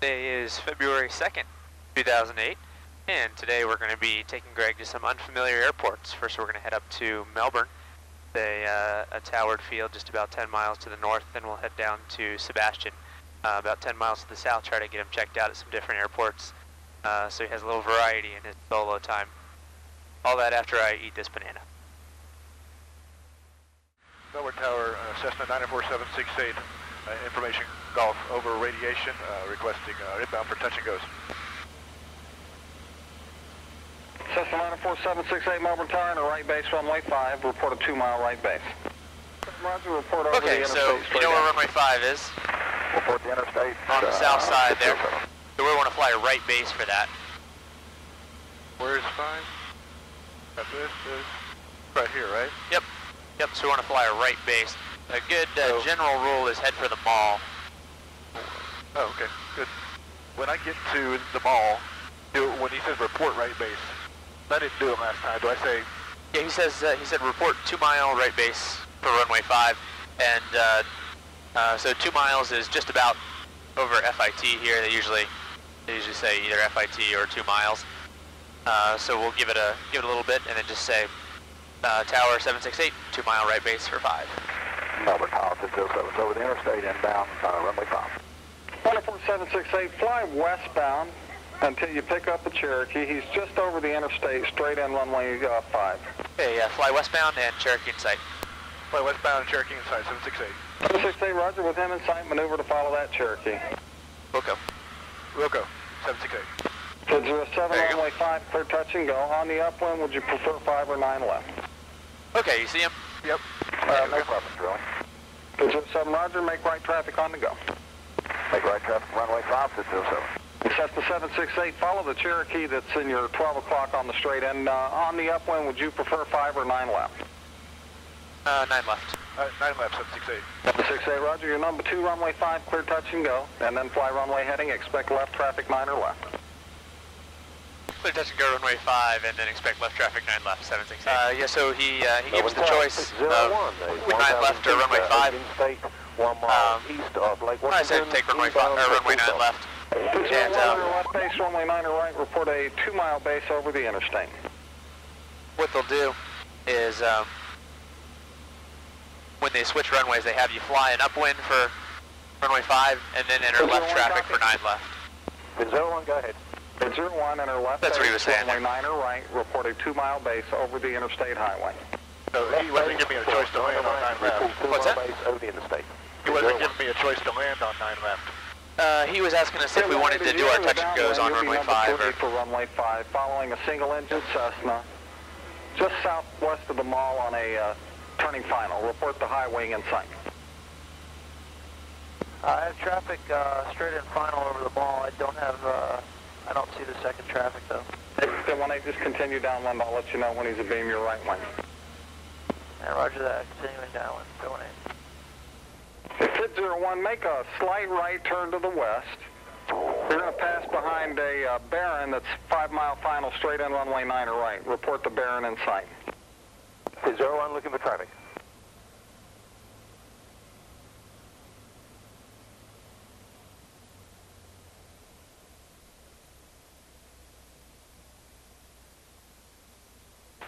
Today is February 2nd, 2008, and today we're going to be taking Greg to some unfamiliar airports. First, we're going to head up to Melbourne, the, uh, a towered field just about 10 miles to the north, then we'll head down to Sebastian, uh, about 10 miles to the south, try to get him checked out at some different airports uh, so he has a little variety in his solo time. All that after I eat this banana. Bellward Tower, uh, Cessna 947768, uh, information golf over radiation, uh, requesting uh, inbound for touch and goes. Cessna 94768 Melbourne Tower and a right base runway 5, report a 2 mile right base. Roger, report over Okay, the so interstate you know where runway straight 5 is? down. Report the interstate. On the uh, south side there. 607. So we want to fly a right base for that. Where is five? At this, this, right here, right? Yep. Yep, so we want to fly a right base. A good uh, So- general rule is head for the mall. Oh, okay, good. When I get to the mall, do it, when he says report right base, I didn't do it last time. Do I say, Yeah, he says uh, he said report two mile right base for runway five, and uh, uh, so two miles is just about over FIT here. They usually they usually say either FIT or two miles. Uh, so we'll give it a give it a little bit, and then just say uh, tower seven six eight two mile right base for five. Melbourne Tower 607, over the interstate inbound, uh, runway 5. 94768, fly westbound until you pick up the Cherokee. He's just over the interstate, straight in runway uh, 5. Okay, uh, fly westbound and Cherokee in sight. fly westbound Cherokee inside 768. 768, roger, with him in sight, maneuver to follow that Cherokee. Wilco. Wilco, 768. Kids are seven There you go. runway five, clear touch and go. On the upwind, would you prefer five or nine left? Okay, you see him? Yep. Uh, no preference, really. Kids are seven, roger, make right traffic on the go. Make right traffic, runway 5, 607. Set the seven six eight, follow the Cherokee that's in your twelve o'clock on the straight end. Uh, on the upwind, would you prefer five or nine left? Uh, nine left. Uh, 9 left, 768. Seven six eight, roger, your number two runway five, clear touch and go, and then fly runway heading. Expect left traffic nine or left. Clear touch and go runway five, and then expect left traffic nine left seven six eight. Uh, yeah, so he uh, he gave us the choice of nine left or runway five. State, one mile Um, east of Lake Washington. I said take runway five, inbound or for runway nine Tucson. left. Six Yeah, zero one, um, your left base runway nine or right. Report a two mile base over the interstate. What they'll do is um, when they switch runways, they have you fly an upwind for runway five, and then enter Is there left one traffic for nine copy? left. Zero one, go ahead. Six zero one and her left That's what base he was saying runway nine or right. Report a two mile base over the interstate highway. So he wasn't giving me a choice to land on 9 left. What's that? Base over the interstate. He wasn't giving me a choice to land on 9 left. Uh, he was asking us if we wanted to do our touch and goes on You'll be runway number five, 40 or For runway five, following a single engine Cessna, just southwest of the mall on a uh, turning final. Report the high wing in sight. I have traffic uh, straight in final over the mall. I don't have, uh, I don't see the second traffic though. Then when I just continue downwind, I'll let you know when he's abeam your right wing. And roger that, uh, continuing downwind, going in. Pit zero one, make a slight right turn to the west. You're going to pass behind a uh, Baron that's five mile final straight in runway nine or right. Report the Baron in sight. Zero one, looking for traffic.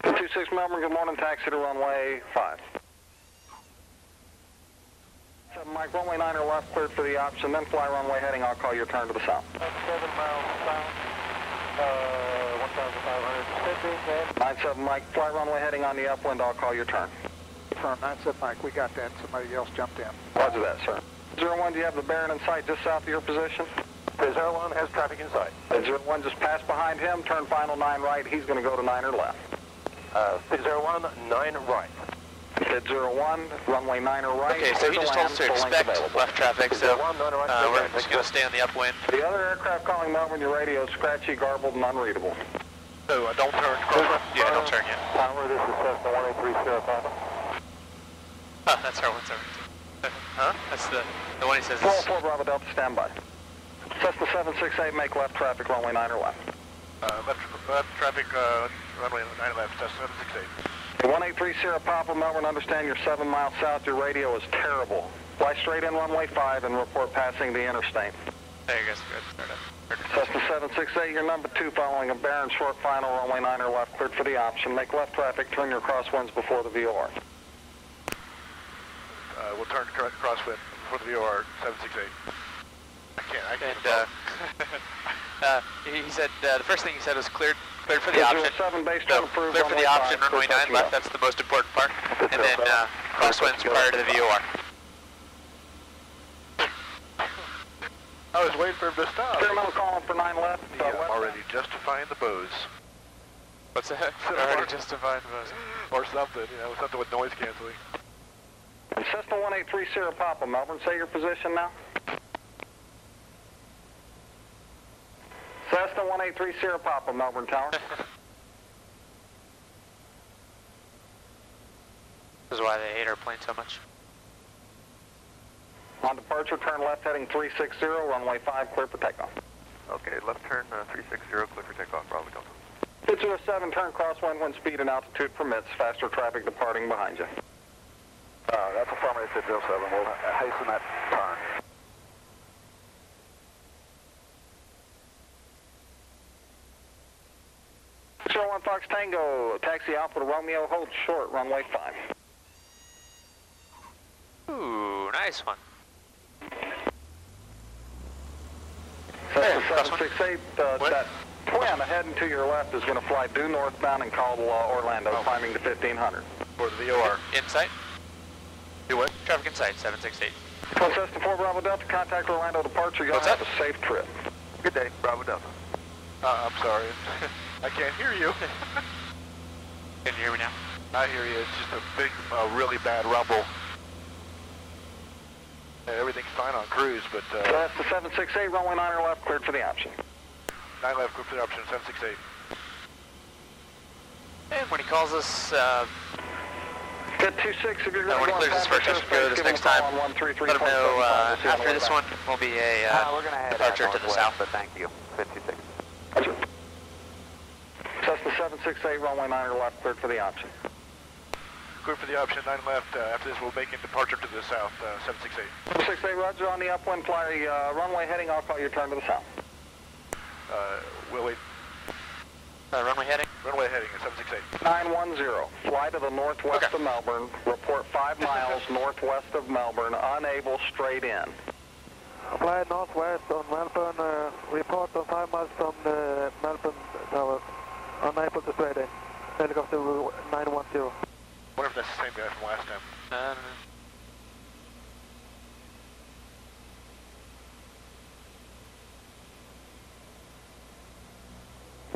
Two six Melbourne, good morning, taxi to runway five. Seven Mike, runway nine or left, cleared for the option, then fly runway heading, I'll call your turn to the south. Seven miles south, uh, 1,550, and Nine seven Mike, fly runway heading on the upwind, I'll call your turn. Confirm, that's it, Mike, we got that, somebody else jumped in. Roger that, sir. Zero one, do you have the Baron in sight just south of your position? Zero one has traffic in sight. And zero one, just pass behind him, turn final nine right, he's gonna go to nine or left. Uh, zero one, nine right. At zero one, runway nine or right. okay. So he clear just told us to land, full length expect available. left traffic, so Zero one, nine right. uh, go we're ahead. just gonna stay on the upwind. The other aircraft calling Melbourne, your radio is scratchy, garbled, and unreadable. So uh, don't turn. Yeah, don't turn yet. Tower, this is Cessna 183 Sierra Papa. Huh, that's our one seven. Huh? That's the the one he says. Four Is, four Bravo Delta, stand by. Cessna seven six eight, make left traffic, runway nine or left. Uh, left, left traffic, uh, runway 9 left, Cessna 768. One eight three Sierra Papa, Melbourne, understand you're seven miles south, your radio is terrible. Fly straight in runway five and report passing the interstate. There you go. Good. Heard it. Heard Cessna it. 768, your number two following a Baron short final, runway niner left, cleared for the option. Make left traffic, turn your crosswinds before the VOR. Uh, we'll turn cor- crosswind for the VOR 768. I can't. I can't. And uh, uh, he he said uh, the first thing he said was cleared, cleared for the Is there option. a seven base No, turn approved, cleared for the runway option, five, runway clear nine touch left. you up. That's the most important part. Zero And then seven. uh, crosswinds Zero prior to the E VOR. I was waiting for him to stop. Experimental calling for nine left. uh, Yeah, west. already justifying the bows. What's that? Already justified was. Or something, you know, something with noise canceling. Cessna 183 Sierra Papa, Melbourne, say your position now. Cessna 183 Sierra Papa, Melbourne Tower. This is why they hate our plane so much. On departure, turn left heading 360, runway 5, clear for takeoff. Okay, left turn uh, 360, clear for takeoff, Bravo Delta. 607, turn crosswind when speed and altitude permits, faster traffic departing behind you. Uh, that's affirmative 607. We'll hasten that turn. Zero one Fox Tango, taxi Alpha to Romeo, hold short, runway 5. Ooh, nice one. Cessna crosswind. 768, uh, What? that twin heading to your left is going to fly due northbound and Caldwell, uh, Orlando, Oh. climbing to 1500. For the VOR. Insight. Do what? Traffic insight. Seven six eight. Well, Cessna 4 Bravo Delta, contact Orlando departure, y'all What's have that? a safe trip. Good day, Bravo Delta. Uh, I'm sorry. I can't hear you. Can you hear me now? I hear you. It's just a big, uh, really bad rumble. Yeah, everything's fine on cruise, but uh, Cessna 768, runway 9 or left, cleared for the option. 9 left, clear for the option, 768. And when he calls us, uh, Good 26 if you're Uh, when going to he clears his first exit, go this next time. let him know uh, after this one will be a Uh, uh, we're gonna head departure out to the northwest, south. But thank you. 56. Cessna 768, runway 9 or left, cleared for the option. Clear for the option, 9 left. Uh, after this, we'll make a departure to the south, uh, 768. 768, roger, on the upwind, fly uh, runway heading, I'll call your turn to the south. Uh, we'll wait. uh, runway heading. Runway heading at 768. 910, fly to the northwest Okay. of Melbourne, report 5 miles northwest of Melbourne, unable straight in. Fly northwest on Melbourne, uh, report on 5 miles from the Melbourne Tower. Unable to straight in. Helicopter 910. wonder if that's the same guy from last time. Uh,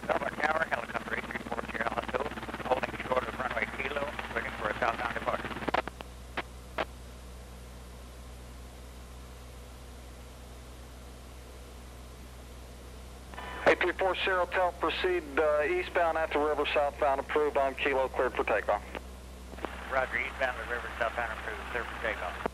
Delta Tower, helicopter 834 Sierra Alto, holding short of runway Kilo, looking for a southbound departure. Eight three four zero, tell proceed uh, eastbound at the river, southbound approved on Kilo, cleared for takeoff. Roger, eastbound of the river, southbound approved, clear for takeoff.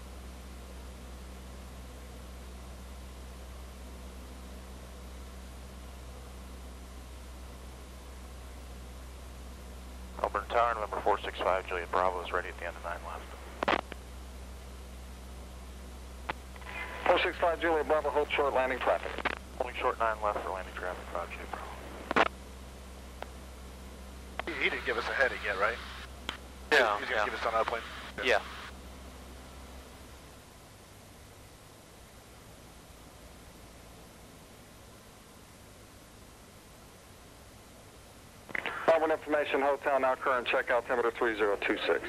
Auburn Tower, number 465, Juliet Bravo is ready at the end of 9 left. 465 Julia Bravo, hold short landing traffic. Holding short 9 left for landing traffic, Roger, Juliet Bravo. He, he didn't give us a heading yet, right? no, He's no. going to give us on our plane. Yeah. Auburn Information Hotel, now current check altimeter 3026.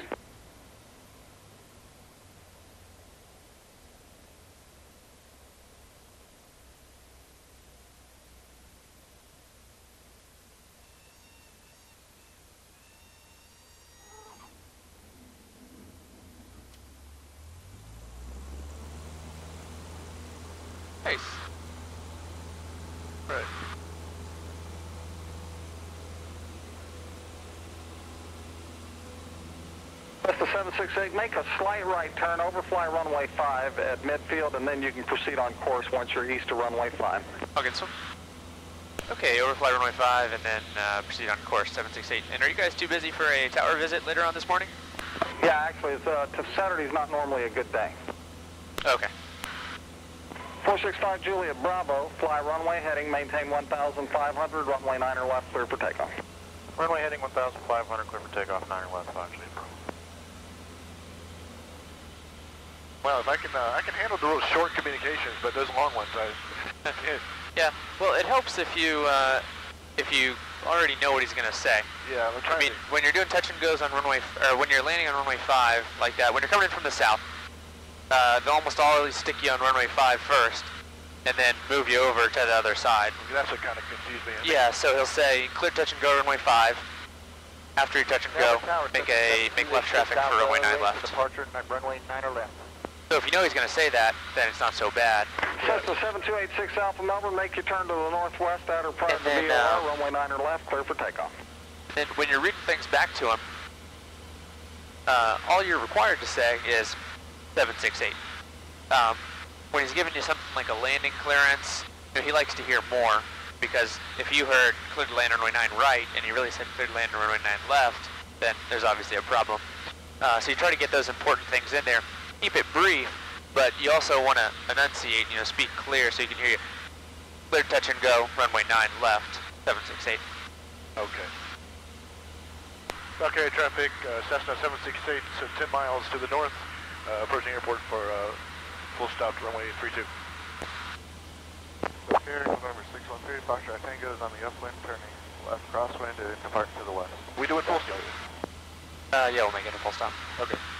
Nice. Right. That's the 768, make a slight right turn, overfly runway 5 at midfield, and then you can proceed on course once you're east of runway 5. Okay, so. Okay, overfly runway five, and then uh, proceed on course seven six eight. And are you guys too busy for a tower visit later on this morning? Yeah, actually, it's, uh, t- Saturday's not normally a good day. Okay. 465 Juliet Bravo, fly runway heading, maintain 1,500, runway 9 or left, clear for takeoff. Runway heading 1,500, clear for takeoff, 9 left, 5 zero. Well, if I can, uh, I can handle the real short communications, but those long ones, I, Yeah. Well, it helps if you uh, if you already know what he's gonna say. yeah, I'm I trying mean, to. when you're doing touch and goes on runway, f- or when you're landing on runway five like that, when you're coming in from the south, uh, they'll almost always stick you on runway five first, and then move you over to the other side. That's what kind of confused me. Yeah. So he'll say clear touch and go runway five. After you touch and go, make a make left traffic for runway nine left. Departure, runway nine or left. So if you know he's gonna say that, then it's not so bad. Cessna 7286 Alpha Melbourne, make your turn to the northwest, outer part of And then, the VOR, uh, runway 9 or left, clear for takeoff. then when you're reading things back to him, uh, all you're required to say is 768. Um, when he's giving you something like a landing clearance, you know, he likes to hear more because if you heard cleared to land on runway 9 right and he really said cleared to land on runway 9 left, then there's obviously a problem. Uh, so you try to get those important things in there. Keep it brief, but you also want to enunciate, you know, speak clear so you can hear you. Clear touch and go, runway 9 left, 768. Okay. Okay, traffic, uh, Cessna 768, so 10 miles to the north, uh, approaching airport for uh, full stop to runway 32. Here, November 613, Foxtrot Tango is on the upwind, turning left crosswind to depart to the west. We do it full stop. Uh, yeah, we'll make it a full stop. Okay.